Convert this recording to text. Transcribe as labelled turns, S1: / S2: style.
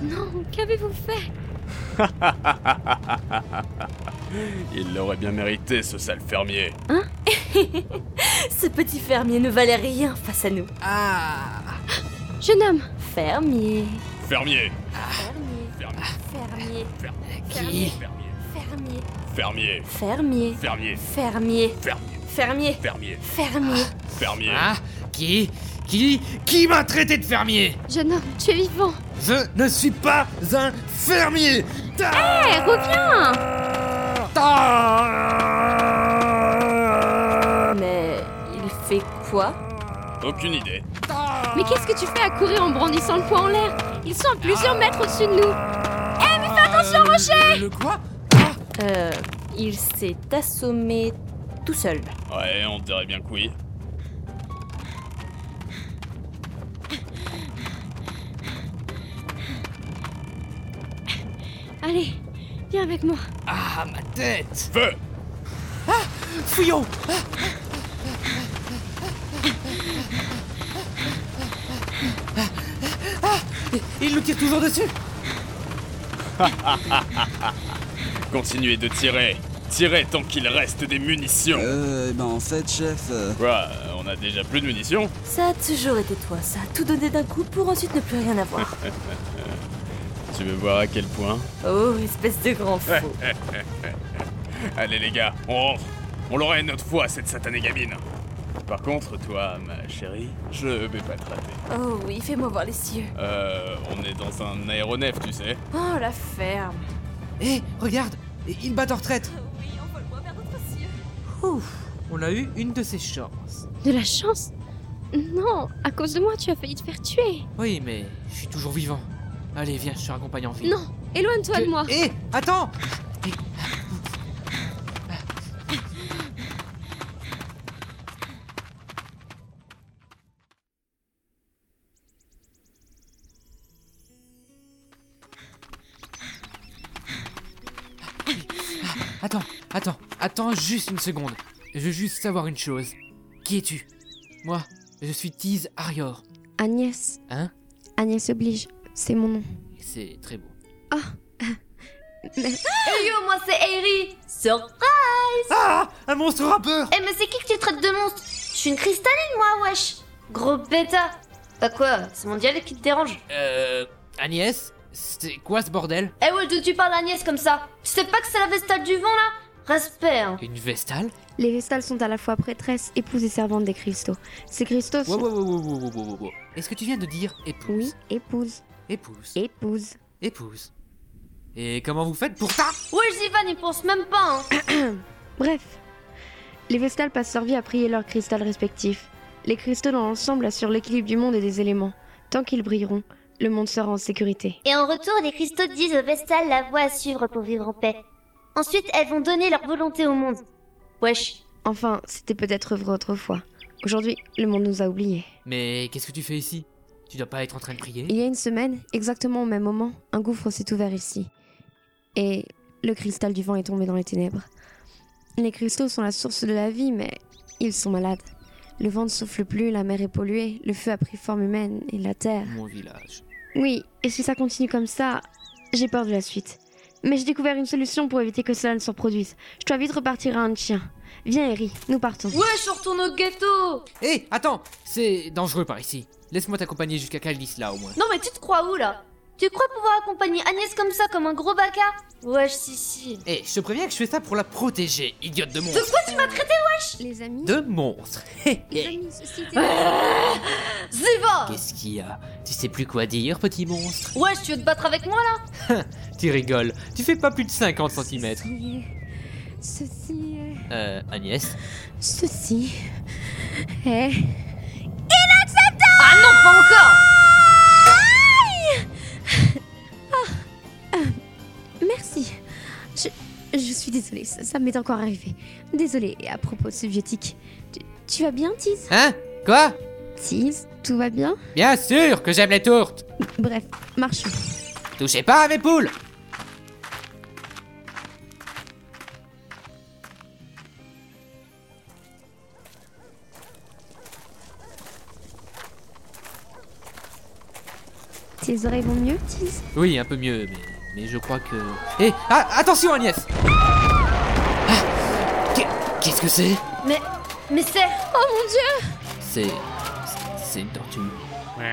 S1: Non, qu'avez-vous fait
S2: Il l'aurait bien mérité, ce sale fermier.
S3: Ce petit fermier ne valait rien face à nous.
S4: Ah
S1: Jeune homme,
S3: Fermier.
S2: Fermier
S1: Fermier.
S2: Fermier
S1: Fermier.
S4: Qui
S2: Fermier
S1: Fermier.
S3: Fermier.
S2: Fermier Fermier
S3: Fermier.
S2: Fermier
S3: Fermier.
S2: Fermier
S3: Fermier.
S2: Fermier
S4: Ah Qui Qui Qui m'a traité de fermier
S1: Jeune homme, tu es vivant.
S4: Je ne suis pas un fermier Ta-
S3: Ah.
S1: Eh, reviens
S4: Ta-
S3: Mais il fait quoi
S2: Aucune idée.
S4: Ta-
S1: Mais qu'est-ce que tu fais à courir en brandissant le poing en l'air Ils sont à plusieurs
S3: Ah.
S1: mètres au-dessus de nous.
S4: attention, Rocher Le quoi Ah
S3: Euh, il s'est assommé tout seul.
S2: Ouais, on dirait bien que oui.
S1: Allez, viens avec moi.
S4: Ah, ma tête
S2: Feu
S4: Fouillons Il nous tire toujours dessus
S2: Continuez de tirer Tirez tant qu'il reste des munitions
S5: Euh, ben en fait, chef. euh,
S2: Quoi On a déjà plus de munitions
S3: Ça a toujours été toi, ça. Tout donner d'un coup pour ensuite ne plus rien avoir.
S2: Tu veux voir à quel point
S3: Oh, espèce de grand fou.
S2: Allez les gars, on rentre On l'aurait notre fois, cette satanée gamine Par contre, toi, ma chérie, je vais pas te rater.
S3: Oh oui, fais-moi voir les cieux.
S2: Euh, on est dans un aéronef, tu sais.
S3: Oh, la ferme.
S4: Hé, Eh, regarde Il bat en retraite
S3: Oui, envole-moi vers d'autres cieux.
S4: Ouf On a eu une de ses chances.
S1: De la chance Non, à cause de moi, tu as failli te faire tuer.
S4: Oui, mais je suis toujours vivant. Allez, viens, je te raccompagne en ville.
S1: Non, éloigne-toi de moi.
S4: Hé, attends Attends, attends, attends juste une seconde. Je veux juste savoir une chose. Qui es-tu Moi, je suis Tease Arior.
S1: Agnès.
S4: Hein
S1: Agnès oblige. C'est mon nom.
S4: C'est très beau.
S6: Hey yo, moi c'est Eri Sors
S4: Ah Un monstre rappeur
S6: Eh mais c'est qui que tu traites de monstre Je suis une cristalline moi, wesh Gros bêta Bah quoi, c'est mon dialecte qui te dérange
S4: Euh. Agnès C'est quoi ce bordel
S6: Eh ouais, d'où tu parles Agnès comme ça Tu sais pas que c'est la vestale du vent là Respect hein.
S4: Une vestale
S1: Les Vestales sont à la fois prêtresses, épouses et servantes des cristaux. Ces cristaux
S4: Wow,
S1: sont...
S4: wow, wow, wow, wow, wow, wow, wow. Est-ce que tu viens de dire épouse
S1: Oui, épouse,
S4: Épouse.
S1: épouse.
S4: Épouse. Et comment vous faites pour ça
S6: Wesh Zivan, il pense même pas hein
S1: Bref, les Vestales passent leur vie à prier leurs cristals respectifs. Les cristaux dans l'ensemble assurent l'équilibre du monde et des éléments. Tant qu'ils brilleront, le monde sera en sécurité.
S6: Et en retour, les cristaux disent aux Vestales la voie à suivre pour vivre en paix. Ensuite, elles vont donner leur volonté au monde. Wesh.
S1: Enfin, c'était peut-être vrai autrefois. Aujourd'hui, le monde nous a oubliés.
S4: Mais qu'est-ce que tu fais ici Tu dois pas être en train de prier
S1: Il y a une semaine, exactement au même moment, un gouffre s'est ouvert ici. Et le cristal du vent est tombé dans les ténèbres. Les cristaux sont la source de la vie, mais ils sont malades. Le vent ne souffle plus, la mer est polluée, le feu a pris forme humaine et la terre.
S4: Mon village.
S1: Oui, et si ça continue comme ça, j'ai peur de la suite. Mais j'ai découvert une solution pour éviter que cela ne se reproduise. Je dois vite repartir à un chien. Viens, Eri, nous partons.
S6: Wesh, on retourne au ghetto
S4: Hé, Eh, attends C'est dangereux par ici. Laisse-moi t'accompagner jusqu'à Caldis là au moins.
S6: Non mais tu te crois où là Tu crois pouvoir accompagner Agnès comme ça, comme un gros bacard Wesh, si si.
S4: Hé, Eh, je te préviens que je fais ça pour la protéger, idiote de
S6: De
S4: monstre.
S6: quoi tu m'as traité
S1: Les amis,
S4: De monstre. Hé,
S1: les
S4: hé.
S1: amis, ceci était-
S6: Ziva
S4: Qu'est-ce qu'il y a Tu sais plus quoi dire, petit monstre
S6: Wesh, tu veux te battre avec moi là
S4: Tu rigoles. Tu fais pas plus de 50 cm.
S1: Ceci est- Ceci est-
S4: Euh, Agnès
S1: Ceci est.
S6: Ah non, pas encore
S1: Merci. Je, je suis désolée, ça, ça m'est encore arrivé. Désolée, et à propos de ce vieux tic. Tu, tu vas bien, Tease
S4: Hein Quoi
S1: Tease, tout va bien
S4: Bien sûr que j'aime les tourtes
S1: Bref, marchons.
S4: Touchez pas à mes poules
S1: Les oreilles vont mieux, Tiz
S4: Oui, un peu mieux, mais, mais je crois que. Hé ah, Attention, Agnès Ah, qu'est- Qu'est-ce que c'est
S6: Mais. Mais c'est.
S4: C'est. C'est une tortue.
S2: Bah